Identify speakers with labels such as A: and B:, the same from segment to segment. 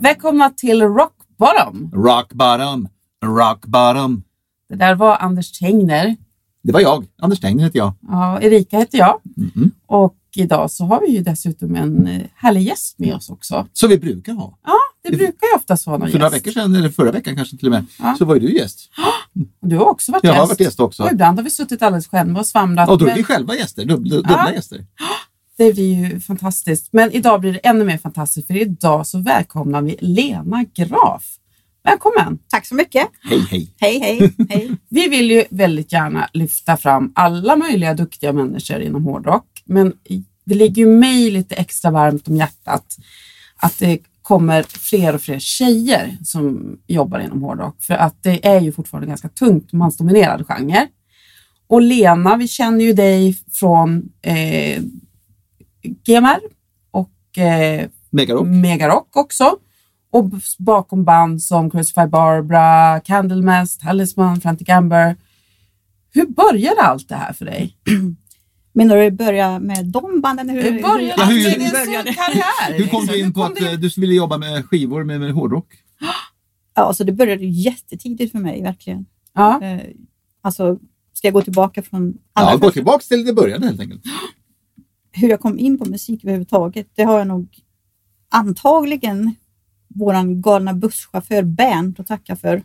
A: Välkomna till Rock Bottom.
B: Rock bottom, rock bottom.
A: Det där var Anders Tegner.
B: Det var jag, Anders Tegner heter jag.
A: Ja, Erika heter jag.
B: Mhm.
A: Och idag så har vi ju dessutom en eh, härlig gäst med oss också.
B: Som vi brukar ha.
A: Ja, det brukar ju oftast vara någon
B: För några
A: gäst.
B: veckor sedan, eller förra veckan kanske till och med, så var ju du gäst.
A: Och Du har också varit
B: Jag
A: gäst.
B: har varit gäst också.
A: Och ibland har vi suttit alldeles själva och svamlat.
B: Och då är
A: men
B: vi själva gäster, dubbla, dubbla gäster.
A: det blir ju fantastiskt. Men idag blir det ännu mer fantastiskt för idag så välkomnar vi Lena Graf. Välkommen!
C: Tack så mycket.
B: Hej, hej.
C: Hej, hej, hej.
A: Vi vill ju väldigt gärna lyfta fram alla möjliga duktiga människor inom hårdrock, men det ligger ju mig lite extra varmt om hjärtat att det kommer fler och fler tjejer som jobbar inom hårdrock, för att det är ju fortfarande ganska tungt mansdominerad genre. Och Lena, vi känner ju dig från eh, GMR och eh,
B: Megarock.
A: Megarock också. Och b- bakom band som Crucify Barbara, Candlemass, Talisman, Frantic Amber. Hur började allt det här för dig?
C: Menar du börja med de banden?
A: Hur började
B: Ja, hur-
A: alltså, din karriär?
B: Hur kom
A: liksom?
B: du in på
A: kom
B: att
A: du
B: eh, du ville jobba med skivor med, med hårdrock?
C: Ja, så det började ju jättetidigt för mig, verkligen.
A: Ja.
C: Eh, Alltså, ska jag gå tillbaka från allra
B: Ja, gå
C: först-
B: tillbaka till det började helt enkelt.
C: hur jag kom in på musik överhuvudtaget? Det har jag nog antagligen våran galna busschaufför Bernt att tacka för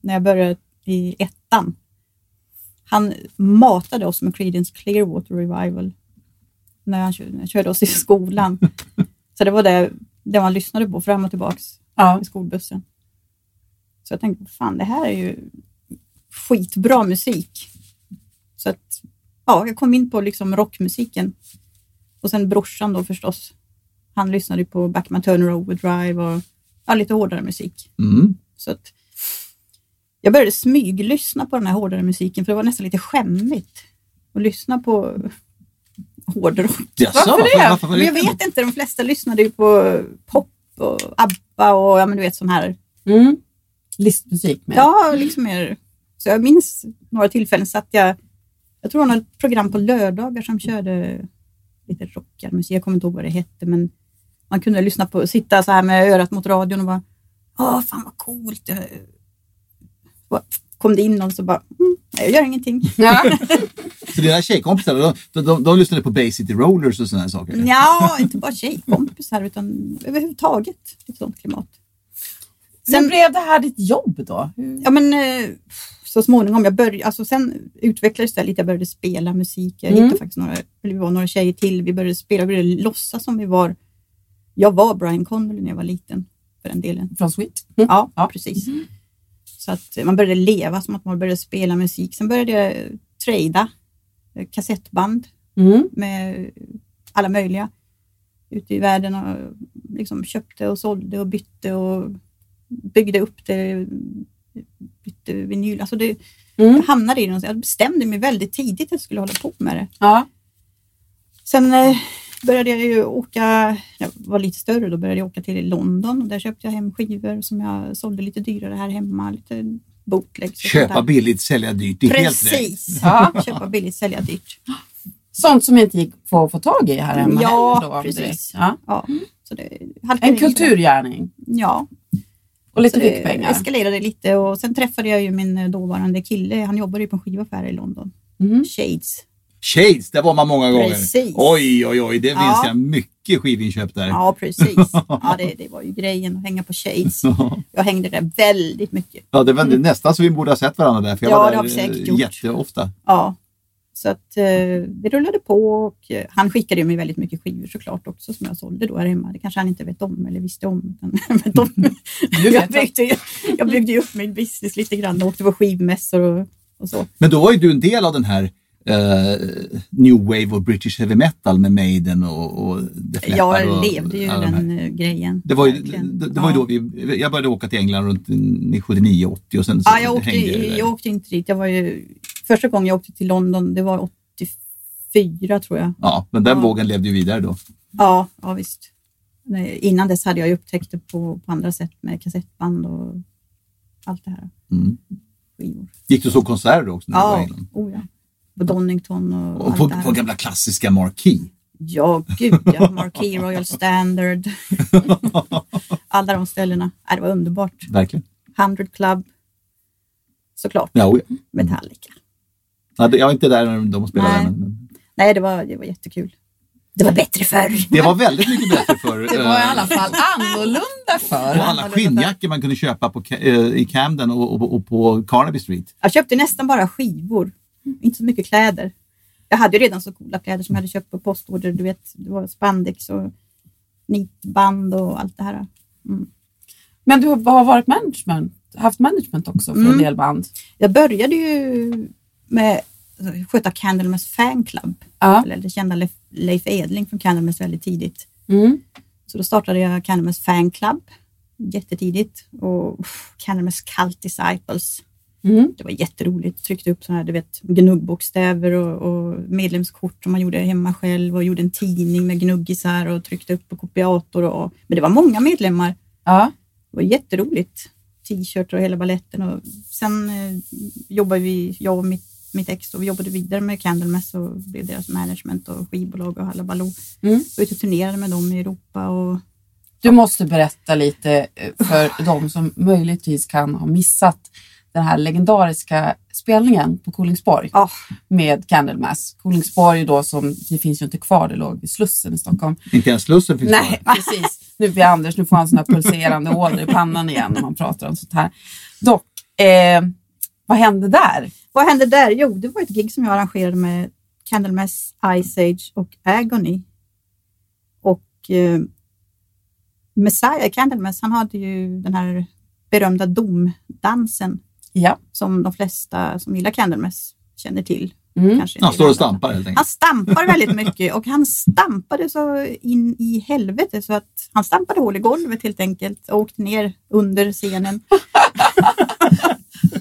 C: när jag började i ettan. Han matade oss med Creedence Clearwater Revival när han kö- när han körde oss i skolan. Så det var det, det man lyssnade på fram och tillbaks.
A: Ja.
C: i skolbussen. Så jag tänkte, fan det här är ju skitbra musik. Så att, ja, jag kom in på liksom rockmusiken. Och sen brorsan då förstås. Han lyssnade ju på Backman Turner Overdrive och ja, lite hårdare musik.
B: Mm.
C: Så att, jag började smyglyssna på den här hårdare musiken för det var nästan lite skämmigt att lyssna på hårdrock.
B: Jaså,
A: Varför det?
B: var
C: Men jag vet inte, de flesta lyssnade ju på pop och ABBA och ja, men du vet sån här
A: Mm. Listmusik med?
C: Ja, liksom mer. Så jag minns några tillfällen satt jag, jag tror det var något program på lördagar som körde lite rockad musik. Jag kommer inte ihåg vad det hette, men man kunde lyssna på, sitta så här med örat mot radion och bara, åh fan vad coolt. Jag- bara, Kom det in någon så bara, mm, nej, jag gör ingenting.
A: Ja.
B: Så dina tjejkompisar, de, de, de, de lyssnade på Bay City Rollers och sådana saker?
C: ja, inte bara tjejkompisar utan överhuvudtaget ett sånt klimat.
A: Sen blev det här ditt jobb då? Hur-
C: ja, men, eh, så småningom, jag började, alltså sen utvecklades det här lite, jag började spela musik, jag
A: Mm.
C: hittade faktiskt några, eller vi var några tjejer till, vi började spela, vi började låtsas som vi var, jag var Brian Connolly när jag var liten, för den delen.
A: Från Sweet? Mm.
C: Ja, precis. Så att eh, man började leva som att man började spela musik. Sen började jag eh, trada eh, kassettband
A: Mm.
C: med alla möjliga ute i världen och liksom köpte och sålde och bytte och byggde upp det. Bytte vinyl. Alltså det,
A: Mm.
C: Jag hamnade i det. någonstans. Jag bestämde mig väldigt tidigt att jag skulle hålla på med det.
A: Ja.
C: Sen eh, började jag ju åka, jag var lite större då, började jag åka till London och där köpte jag hem skivor som jag sålde lite dyrare här hemma. Lite bootlegs. och sånt
B: Köpa
C: där.
B: billigt, sälja dyrt. Det är helt rätt.
C: Precis!
A: Ja.
C: Köpa billigt, sälja dyrt.
A: Sånt som inte gick på att få tag i här hemma
C: Ja,
A: heller då,
C: precis.
A: direkt. Ja. Mm.
C: Ja, så det, liksom-
A: En kulturgärning
C: Ja.
A: och lite
C: Så det
A: fickpengar.
C: eskalerade lite och sen träffade jag ju min eh, dåvarande kille. Han jobbade ju på en skivaffär i London.
A: Mm.
C: Shades.
B: Shades, där var man många gånger.
C: Precis.
B: Oj, oj, oj. Det finns
C: Ja.
B: jag mycket skivinköp där.
C: Ja, precis. Ja, det, det var ju grejen att hänga på Shades. Jag hängde där väldigt mycket.
B: Ja, det var nästan så vi borde ha sett varandra där. För jag
C: Ja,
B: var
C: det
B: där
C: har vi säkert
B: eh,
C: gjort.
B: jätteofta.
C: Ja. Så att eh, det rullade på och eh, han skickade ju mig väldigt mycket skivor såklart också som jag sålde då här hemma. Det kanske han inte vet om eller visste om. Utan, vet om. jag, byggde, ju- jag byggde ju upp min business lite grann och åkte på skivmässor och, och så.
B: Men då var ju du en del av den här eh, New Wave och British Heavy Metal med Maiden och, och The Flappard
C: Jag
B: och,
C: levde ju
B: alla de här.
C: den eh, grejen.
B: Det var ju,
C: verkligen.
B: det, det var ju
C: Ja.
B: då vi, jag började åka till England runt 79-80 och sen så
C: Ja, jag åkte,
B: hängde det där.
C: jag åkte inte dit. Jag var ju, första gången jag åkte till London, det var 84 tror jag.
B: Ja, men den
C: Ja.
B: vågen levde ju vidare då.
C: Ja, ja visst. Nej, innan dess hade jag ju upptäckt det på, på andra sätt med kassettband och allt det här.
B: Mm.
C: Skivor.
B: Gick du och såg konserter också när du var i
C: Ja,
B: England?
C: oh ja. På Donington och,
B: Och
C: allt
B: på,
C: det här.
B: på gamla klassiska Marquee.
C: Ja, gud ja. Marquee, Royal Standard. Alla de ställena. Äh, det var underbart.
B: Verkligen.
C: 100 Club. Såklart.
B: Ja, oj.
C: Metallica.
B: Ja, det- jag var inte där när de spelade.
C: Nej.
B: Men, men.
C: Nej, det var, det var jättekul. Det var bättre förr.
B: Det var väldigt mycket bättre förr. eh,
A: Det var i alla fall annorlunda
B: Och
A: för.
B: alla skinnjackor man kunde köpa på, Ca- eh, i Camden och, och, och på Carnaby Street.
C: Jag köpte nästan bara skivor, inte så mycket kläder. Jag hade ju redan så coola kläder som jag hade köpt på postorder. Du vet, det var spandex och nitband och allt det här.
A: Men du har varit management, haft management också för en del band.
C: Jag började ju med att sköta Candlemass fanclub.
A: Ja.
C: Eller det kända Leif, Leif Edling från Candlemass väldigt tidigt.
A: Mm.
C: Så då startade jag Candlemass fanclub jättetidigt och pff, Candlemass Cult Disciples.
A: Mm.
C: Det var jätteroligt. Tryckte upp sådana här du vet, gnuggbokstäver och, och medlemskort som man gjorde hemma själv och gjorde en tidning med gnuggisar och tryckte upp på kopiator. Och, men det var många medlemmar.
A: Ja.
C: Det var jätteroligt. T-shirts och hela baletten. Och sen eh, jobbade vi, jag och mitt, mitt ex, och vi jobbade vidare med Candlemass och blev deras management och skivbolag och halabaloo.
A: Mm.
C: Var ute och turnerade med dem i Europa och
A: Du måste berätta lite eh, för de som möjligtvis kan ha missat den här legendariska spelningen på Kolingsborg
C: ja,
A: med Candlemass. Kolingsborg då som, det finns ju inte kvar, det låg vid Slussen i Stockholm.
B: Inte ens Slussen finns
A: Nej, precis. Nu blir Anders, nu får han såna pulserande åder i pannan igen när man pratar om sånt här. Dock, eh, vad hände där?
C: Vad hände där? Jo, det var ett gig som jag arrangerade med Candlemass, Ice Age och Agony. Och eh, Messiah Candlemass, han hade ju den här berömda domdansen
A: Ja.
C: som de flesta som gillar Candlemass känner till.
A: Mm.
C: Kanske
B: Han
C: inte
B: står och
C: alla.
B: stampar helt
C: Han
B: enkelt.
C: stampar väldigt mycket och han stampade så in i helvete så att han stampade hål i golvet helt enkelt och åkte ner under scenen.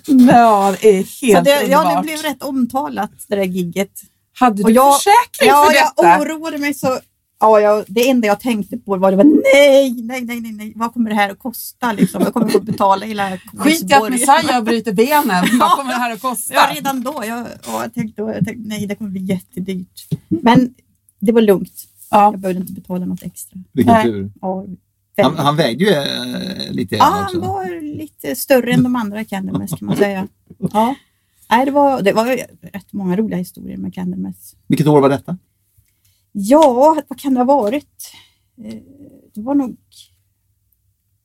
A: Ja, det är helt
C: Så det, ja, det
A: underbart.
C: blev rätt omtalat det där gigget.
A: Hade
C: Och
A: du
C: jag-
A: försäkring
C: Ja,
A: för detta?
C: jag oroade mig så. Ja, jag, det enda jag tänkte på var, det var nej, nej, nej, nej, nej, vad kommer det här att kosta? Liksom? Jag kommer få betala hela
A: Skit i att
C: Kungsborg.
A: Messiah bryter benen. Vad kommer det här att kosta?
C: Ja, redan då. Jag, ja, jag, tänkte, jag tänkte, nej, det kommer bli jättedyrt. Men det var lugnt.
A: Ja.
C: Jag behövde inte betala något extra.
B: Vilken
A: Nej.
B: tur.
C: Ja,
B: Han,
C: väldigt.
B: han vägde ju eh, lite
C: ja,
B: grann
C: han
B: också.
C: var lite större än de andra Candlemass kan man säga. Ja. Nej, det, var, det var rätt många roliga historier med Candlemass.
B: Vilket år var detta?
C: Ja, vad kan det ha varit? Eh, Det var nog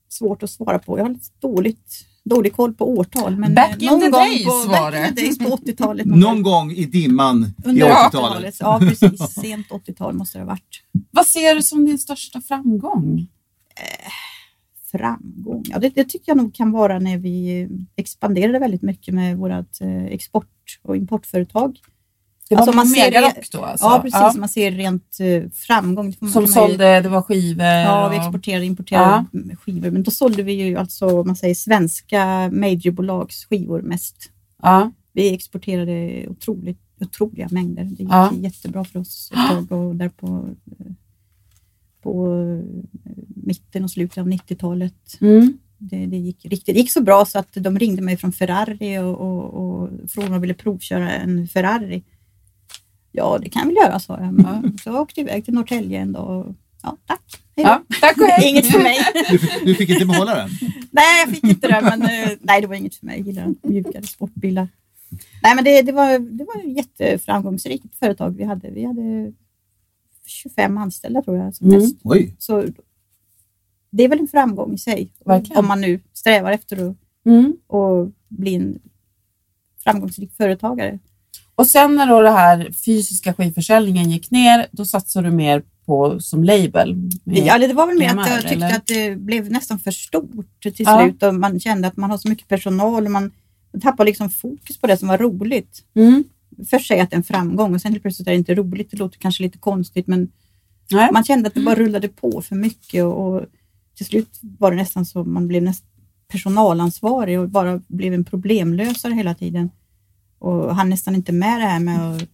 C: svårt att svara på. Jag har lite dåligt, dålig koll på årtal. Men
A: Back
C: eh,
A: in
C: någon
A: the
C: gång
A: days
C: på,
A: var
C: back in the
A: det.
C: days på 80-talet.
B: Någon gång i dimman i
C: under
B: 80-talet.
C: 80-talet. Ja, precis. Sent 80-tal måste det ha varit.
A: Vad ser du som din största framgång?
C: Framgång. Ja, det, det tycker jag nog kan vara när vi expanderade väldigt mycket med vårt eh, export och importföretag.
A: Det var
C: Alltså, man ser det-
A: megarock då alltså?
C: Ja, precis. Man ser rent eh, framgång. Det får man-
A: Som
C: kan man ju-
A: sålde, det var skivor.
C: Ja,
A: och-
C: vi exporterade och importerade skivor. Men då sålde vi ju alltså, om man säger svenska majorbolags skivor mest.
A: ja.
C: Vi exporterade otroligt, otroliga mängder. Det gick
A: Ja.
C: jättebra för oss ett tag och där på, på eh, mitten och slutet av 90-talet.
A: Mm.
C: Det, det gick riktigt det gick så bra så att de ringde mig från Ferrari och, och, och frågade om jag ville provköra en Ferrari. Ja, det kan jag väl göra, sa jag. Men Så jag åkte iväg till Norrtälje en dag. och- Ja, tack. Hej då.
A: ja. Tack och hej.
C: Inget för mig.
B: Du, fick- du fick inte behålla den?
C: Nej, jag fick inte det. Men, eh, nej, det var inget för mig. Jag gillar mjukare sportbilar. Nej, men det, det, var, det var ett jätteframgångsrikt företag vi hade. Vi hade 25 anställda tror jag som
A: Mm.
C: mest.
B: Oj,
C: Så det är väl en framgång i sig.
A: Verkligen.
C: Om man nu strävar efter att,
A: Mm.
C: att bli en framgångsrik företagare.
A: Och sen när då det här fysiska skivförsäljningen gick ner, då satsade du mer på som label.
C: Ja, eller det var väl mer att
A: Primär,
C: jag tyckte
A: eller?
C: att det blev nästan för stort till
A: Ja.
C: slut och man kände att man har så mycket personal och man tappar liksom fokus på det som var roligt.
A: Mm.
C: först säga att det är en framgång och sen helt plötsligt är det inte roligt. Det låter kanske lite konstigt, men
A: Nej.
C: man kände att det bara rullade på för mycket och, och till slut var det nästan så man blev näst personalansvarig och bara blev en problemlösare hela tiden. Och han nästan inte med det här med, att-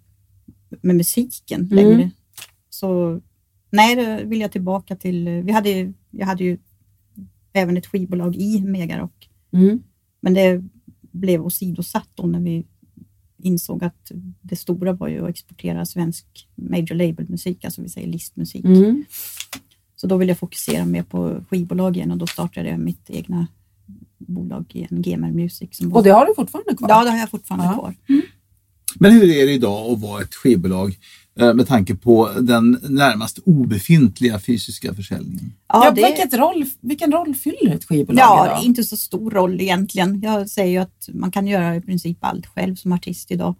C: med musiken längre. Så nej, då vill jag tillbaka till... Vi hade ju, jag hade ju även ett skivbolag i Megarock
A: Mm.
C: men det blev åsidosatt då när vi insåg att det stora var ju att exportera svensk major label-musik, alltså vi säger listmusik.
A: Mm.
C: Så då ville jag fokusera mer på skivbolag igen och då startade jag mitt egna bolag igen, GMR Music. Som
A: Och det har du fortfarande kvar?
C: Ja, det har jag fortfarande
A: Ja.
C: kvar.
B: Men hur är det idag att vara ett skivbolag eh, med tanke på den närmast obefintliga fysiska försäljningen?
A: Ja,
C: Ja, det,
A: vilket roll, vilken roll fyller ett skivbolag
C: ja, det
A: idag?
C: är inte så stor roll egentligen. Jag säger ju att man kan göra i princip allt själv som artist idag.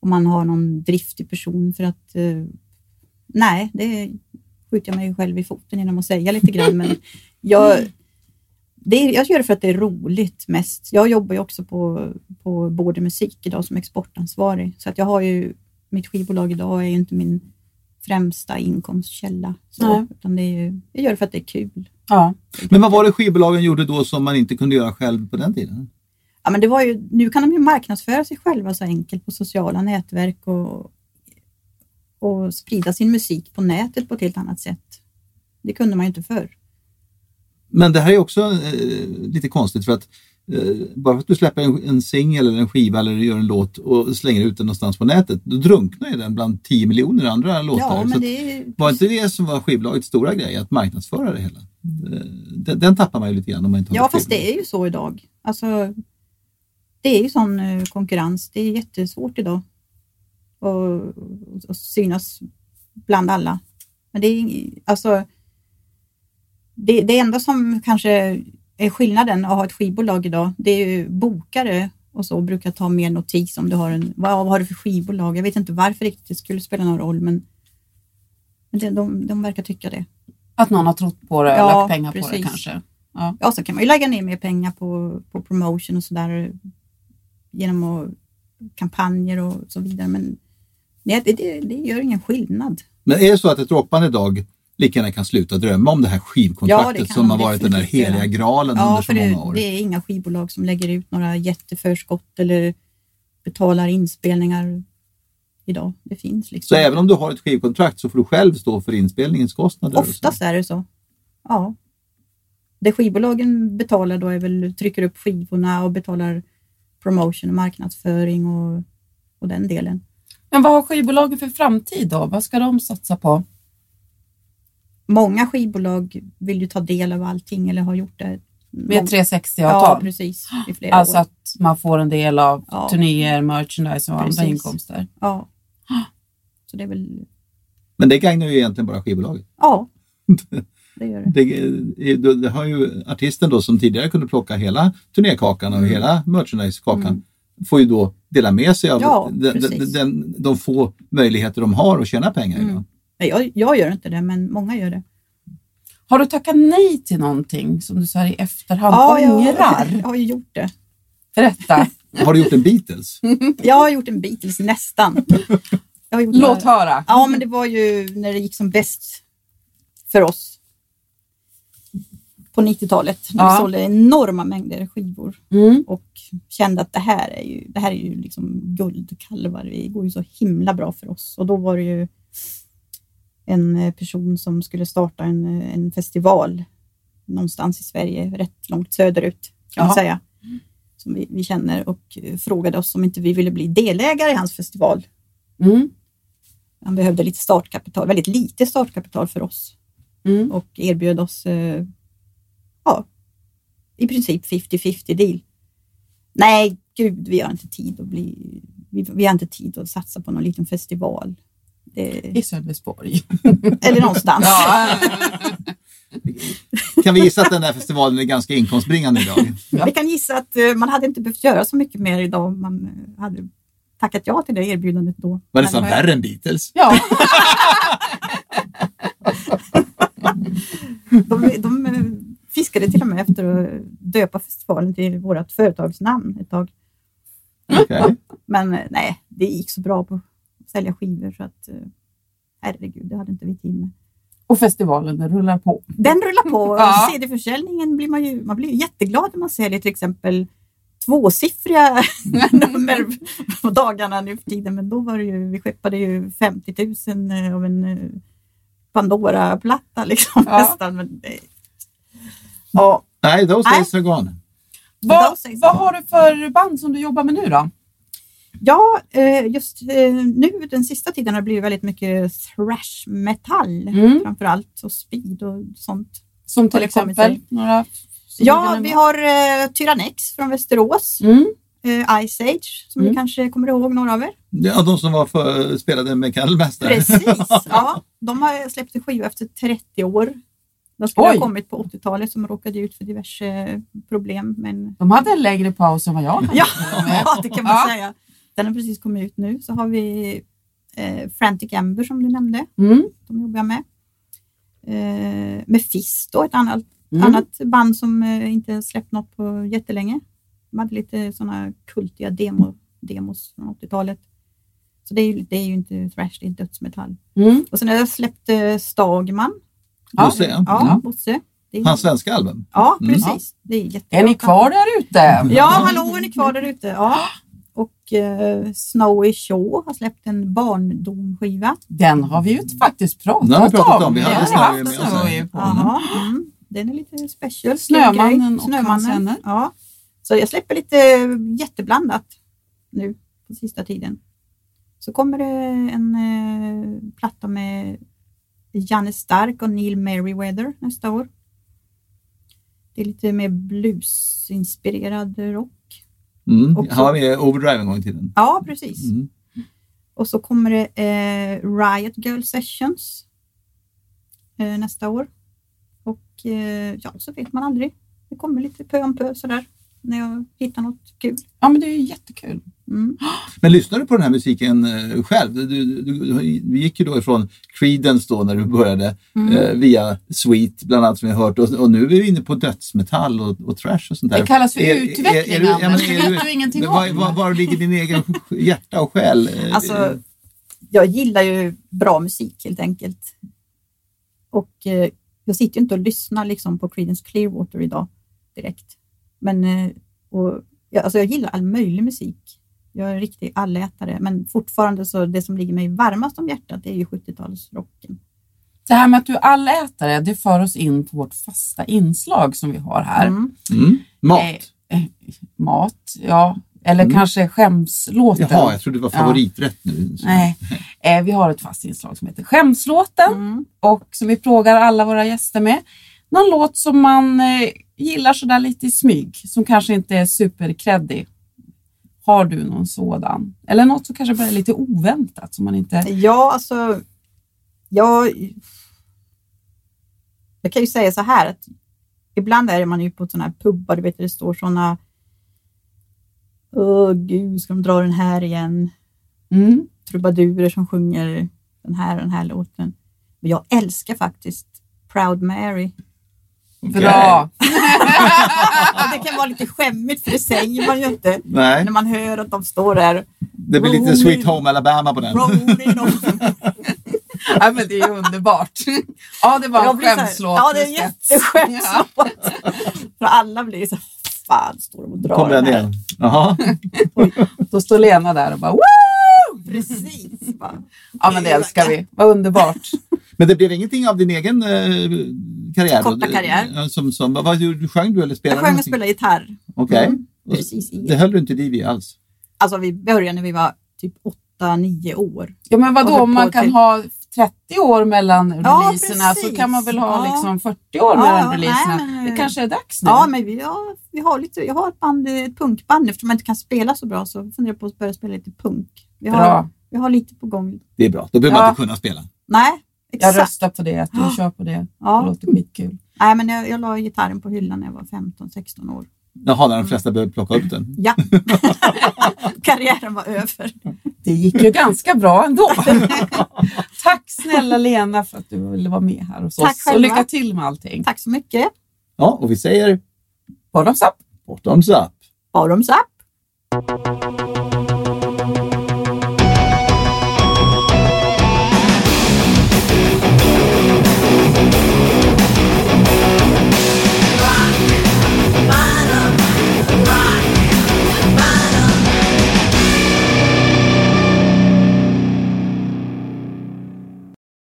C: Om man har någon driftig person för att... Eh, nej, det skjuter jag mig själv i foten genom att säga lite grann. Men jag, det är, jag gör det för att det är roligt mest. Jag jobbar ju också på, på både musik idag som exportansvarig. Så att jag har ju... Mitt skivbolag idag är ju inte min främsta inkomstkälla.
A: Nej.
C: Så, utan det är ju, jag gör det för att det är kul.
A: Ja.
B: Men vad var det skivbolagen gjorde då som man inte kunde göra själv på den tiden?
C: Ja, men det var ju, nu kan de ju marknadsföra sig själva så enkelt på sociala nätverk och, och sprida sin musik på nätet på ett helt annat sätt. Det kunde man ju inte förr.
B: Men det här är också eh, lite konstigt för att eh, bara för att du släpper en, en singel eller en skiva eller du gör en låt och slänger ut den någonstans på nätet, då drunknar ju den bland 10 miljoner andra låtar.
C: Ja,
B: Så
C: men
B: att-
C: det är,
B: Var inte det som var skivbolagets stora grej, att marknadsföra det hela? Eh, Den, den tappar man ju lite grann om man inte har
C: ja
B: ett
C: fast
B: skivbolag.
C: det är ju så idag. Alltså, det är ju sån eh, konkurrens. Det är jättesvårt idag att- att synas bland alla. Men det är ing- alltså, det, det enda som kanske är skillnaden att ha ett skivbolag idag, det är ju bokare och så brukar ta mer notis om du har en, vad, vad har du för skivbolag? Jag vet inte varför riktigt det skulle spela någon roll, men, men det, de, de verkar tycka det.
A: Att någon har trott på det och
C: Ja,
A: lagt pengar på det
C: precis.
A: kanske.
C: Ja, så kan man ju lägga ner mer pengar på, på promotion och sådär genom att, kampanjer och så vidare. Men nej, det, det, det gör ingen skillnad.
B: Men är det så att ett rockband idag lika gärna kan sluta drömma om det här
C: Ja, det
B: skivkontraktet
C: kan
B: som har
C: man
B: varit den där
C: definitivt
B: heliga
C: göra.
B: graalen under
C: Ja,
B: så
C: för
B: många
C: det,
B: år?
C: det är inga skivbolag som lägger ut några jätteförskott eller betalar inspelningar idag. Det finns
B: Så
C: liksom.
B: även om du har ett skivkontrakt så får du själv stå för inspelningens kostnader? och så.
C: Oftast är det så. Ja. Det skivbolagen betalar då är väl, trycker upp skivorna och betalar promotion och marknadsföring och, och den delen.
A: Men vad har skivbolagen för framtid då? Vad ska de satsa på?
C: många skivbolag vill ju ta del av allting eller har gjort det.
A: Med
C: Ja,
A: 360-avtal?
C: precis. I flera
A: alltså
C: år.
A: att man får en del av
C: Ja.
A: turnéer, merchandise och andra
C: Precis.
A: inkomster.
C: Ja. Så det är väl...
B: Men det gagnar ju egentligen bara skivbolaget.
C: Ja, det gör det.
B: Det, eh, det, det har ju artisten då som tidigare kunde plocka hela turnékakan och
C: Mm.
B: hela merchandisekakan får ju då dela med sig av
C: Ja,
B: den, den,
C: precis.
B: den, de få möjligheter de har att tjäna pengar
C: Mm.
B: idag.
C: Nej, jag, jag gör inte det, men många gör det.
A: Har du tackat nej till någonting som du så här i efterhand
C: jag,
A: ångrar?
C: jag har ju gjort det.
A: Berätta.
B: Har du gjort en Beatles?
C: Jag har gjort en Beatles, nästan. Jag har gjort
A: Låt
C: några-
A: höra.
C: Ja, men det var ju när det gick som bäst för oss på 90-talet. När
A: Ja.
C: vi sålde enorma mängder skivor
A: Mm.
C: och kände att det här är ju, det här är ju liksom guldkalvar. Det går ju så himla bra för oss. Och då var det ju en eh, person som skulle starta en, eh, en festival någonstans i Sverige, rätt långt söderut kan
A: Ja.
C: man säga, som vi, vi känner och eh, frågade oss om inte vi ville bli delägare i hans festival.
A: Mm.
C: Han behövde lite startkapital, väldigt lite startkapital för oss
A: Mm.
C: och erbjöd oss eh, ja, i princip 50-50 deal. Nej, gud, vi har inte tid att bli... Vi, vi har inte tid att satsa på någon liten festival.
A: I
C: Det,
A: Sölvesborg.
C: eller någonstans.
A: Ja,
B: Kan vi gissa att den där festivalen är ganska inkomstbringande idag?
C: Vi kan gissa att eh, man hade inte behövt göra så mycket mer idag om man eh, hade tackat ja till det erbjudandet då.
B: Var det
C: Men-
B: nästan värre än Beatles?
A: ja.
C: De, de eh, fiskade till och med efter att döpa festivalen till vårt företagsnamn ett tag. Mm.
B: Okej.
C: Men eh, nej, det gick så bra på att sälja skivor så att eh, herregud, det hade inte vi tid med.
A: Och festivalen den rullar på.
C: Den rullar på.
A: Ja.
C: CD-försäljningen blir man ju man blir ju jätteglad när man säljer till exempel tvåsiffriga nummer på dagarna nu för tiden. Men då var det ju, vi skeppade ju 50 000 eh, av en eh, Pandora-platta liksom
A: Ja.
C: nästan. Men, eh, ja,
B: Nej, those days are gone.
A: Vad,
C: Då sägs det.
A: vad har du för band som du jobbar med nu då?
C: ja eh, just eh, nu den sista tiden har det blivit väldigt mycket thrash metal
A: Mm.
C: framför allt och speed och sånt.
A: Som till
C: Har det kommit
A: exempel? Några
C: Ja, vi har eh, Tyrannex från Västerås,
A: Mm.
C: eh, Ice Age, som
A: Mm.
C: ni kanske kommer ihåg några av er.
B: Ja, de som var för, spelade med Kallmästare.
C: Precis, ja. De har släppt en skiva efter 30 år. De skulle
A: Oj.
C: ha kommit på 80-talet som råkade ut för diverse problem. Men
A: De hade en längre paus än vad jag hade.
C: ja, ja, det kan man
A: Ja.
C: säga. Den har precis kommit ut nu. Så har vi eh, Frantic Amber som du nämnde.
A: Mm.
C: De jobbar jag med. Eh, Mephisto, ett annat
A: Mm.
C: annat band som eh, inte släppt något på jättelänge. De hade lite sådana kultiga demo, demos från 80-talet. Så det är, ju, det är ju inte thrash, det är dödsmetall.
A: Mm.
C: Och sen har jag släppt eh, Stagman.
B: Bosse, ja.
C: Ja, Bosse. Det är-
B: Hans svenska album.
C: Ja,
B: Mm.
C: precis. Det är jättebra.
A: Är ni kvar där ute?
C: Ja, hallå, är ni kvar där ute? Ja. Och eh, Snowy Shaw har släppt en barndomskiva.
A: Den har vi ju faktiskt pratat,
B: Den har vi pratat om. Vi
A: Den
B: hade
A: har
B: Snöre
A: haft
B: med oss
A: Snöre
B: här.
A: ju på.
C: Jaha, mm. Den är lite special.
A: Snömannen
C: Grej.
A: och hans vänner.
C: Ja. Så jag släpper lite jätteblandat nu på sista tiden. Så kommer det en eh, platta med Janne Stark och Neil Merriweather nästa år. Det är lite mer bluesinspirerad rock.
B: Mm.
C: Också.
B: Han var med i Overdrive en gång i tiden.
C: Ja, precis.
B: Mm.
C: Och så kommer det eh, Riot Girl Sessions eh, nästa år. Och eh, ja, så vet man aldrig. Det kommer lite pö om pö sådär när jag hittar något kul.
A: Ja, men det är ju jättekul.
C: Mm.
B: Men lyssnar du på den här musiken eh, själv? Du, du, du, du gick ju då ifrån Creedence då när du började
A: Mm.
B: eh, via Sweet bland annat som jag hört och, och nu är vi inne på dödsmetall och, och thrash och sånt där.
A: Det kallas för
B: Är- är-
A: utveckling,
B: är du- ja, men
A: Anders.
B: är
A: Det
B: du-
A: vet du ingenting
B: var,
A: om.
B: var, var ligger din egen hjärta och själ? eh,
C: Alltså, jag gillar ju bra musik helt enkelt. Och eh, jag sitter ju inte och lyssnar liksom på Creedence Clearwater idag direkt. Men eh, och, ja, alltså jag gillar all möjlig musik. Jag är en riktig allätare, men fortfarande så det som ligger mig varmast om hjärtat det är ju 70-talsrocken.
A: Det här med att du är allätare, det för oss in på vårt fasta inslag som vi har här.
C: Mm.
B: mm. Mat?
A: Eh, eh, mat, ja. Eller
B: Mm.
A: kanske skämslåten.
B: Jaha, jag trodde det var
A: Ja.
B: favoriträtt nu. Så-
A: Nej, eh, vi har ett fast inslag som heter Skämslåten
C: Mm.
A: och som vi plågar alla våra gäster med. Någon låt som man eh, gillar sådär lite i smyg, som kanske inte är superkreddig. Har du någon sådan? Eller något som kanske bara är lite oväntat som man inte...
C: Ja, alltså. Jag, jag kan ju säga så här att ibland är man ju på sådana här pubbar, du vet det står sådana. Åh gud, ska de dra den här igen?
A: Mm.
C: Trubadurer som sjunger den här och den här låten. Men jag älskar faktiskt Proud Mary
A: Bra!
C: Ja, det kan vara lite skämmigt för det säger man ju inte
B: Nej,
C: när man hör att de står där.
B: det blir lite
C: Rolling.
B: Sweet Home Alabama på den.
C: Rolling on.
A: Ja, men det är underbart. Ja, det var
C: Jag
A: en
C: blir så här-
A: skämslåt.
C: Ja, det är en
A: just det.
C: jätteskämslåt. För alla blir så fan står de och drar
B: Kommer den
C: här?"
B: igen? Jaha.
A: Då står Lena där och bara Woo!
C: Precis. Bara.
A: Ja, men det älskar vi. Vad underbart.
B: Men det blev ingenting av din egen eh, karriär? då?
C: Korta karriär.
B: Ja, Som, som, vad- vad gjorde du? Sjöng du eller
C: Jag
B: spelade?
C: sjöng och
B: någonting?
C: spelade gitarr.
B: Okej.
C: Mm,
B: Och s-
C: Precis.
B: Det höll du inte liv i alls?
C: Alltså vi började när vi var typ 8-9 år.
A: Ja, men
C: Och
A: vadå,
C: höll
A: om
C: på
A: man kan
C: till-
A: ha 30 år mellan
C: Ja,
A: releaserna så
C: precis.
A: kan man väl ha
C: Ja.
A: liksom 40 år
C: Ja,
A: mellan
C: nej,
A: releaserna.
C: men-
A: Det kanske är dags nu.
C: Mm. Ja, men vi, ja, vi har lite, jag har ett band, ett punkband eftersom jag inte kan spela så bra så funderar jag på att börja spela lite punk. Vi har,
A: Bra.
C: vi har lite på gång.
B: Det är bra, då behöver
A: Ja.
B: man inte kunna spela.
C: Nej,
A: Jag
C: exakt.
A: röstar på det, att du
C: Ja.
A: kör på det. Det
C: Ja.
A: låter skitkul.
C: Nej, men jag, jag la gitarren på hyllan när jag var 15-16 år.
B: Jaha, när de flesta började plocka upp den.
C: Ja, karriären var över.
A: Det gick ju ganska bra ändå. Tack snälla Lena för att du ville vara med här hos
C: Tack
A: oss.
C: själva.
A: Och lycka till med allting.
C: Tack så mycket.
B: Ja, och vi säger
A: Bottoms up!
B: bottoms up.
C: Bottoms up.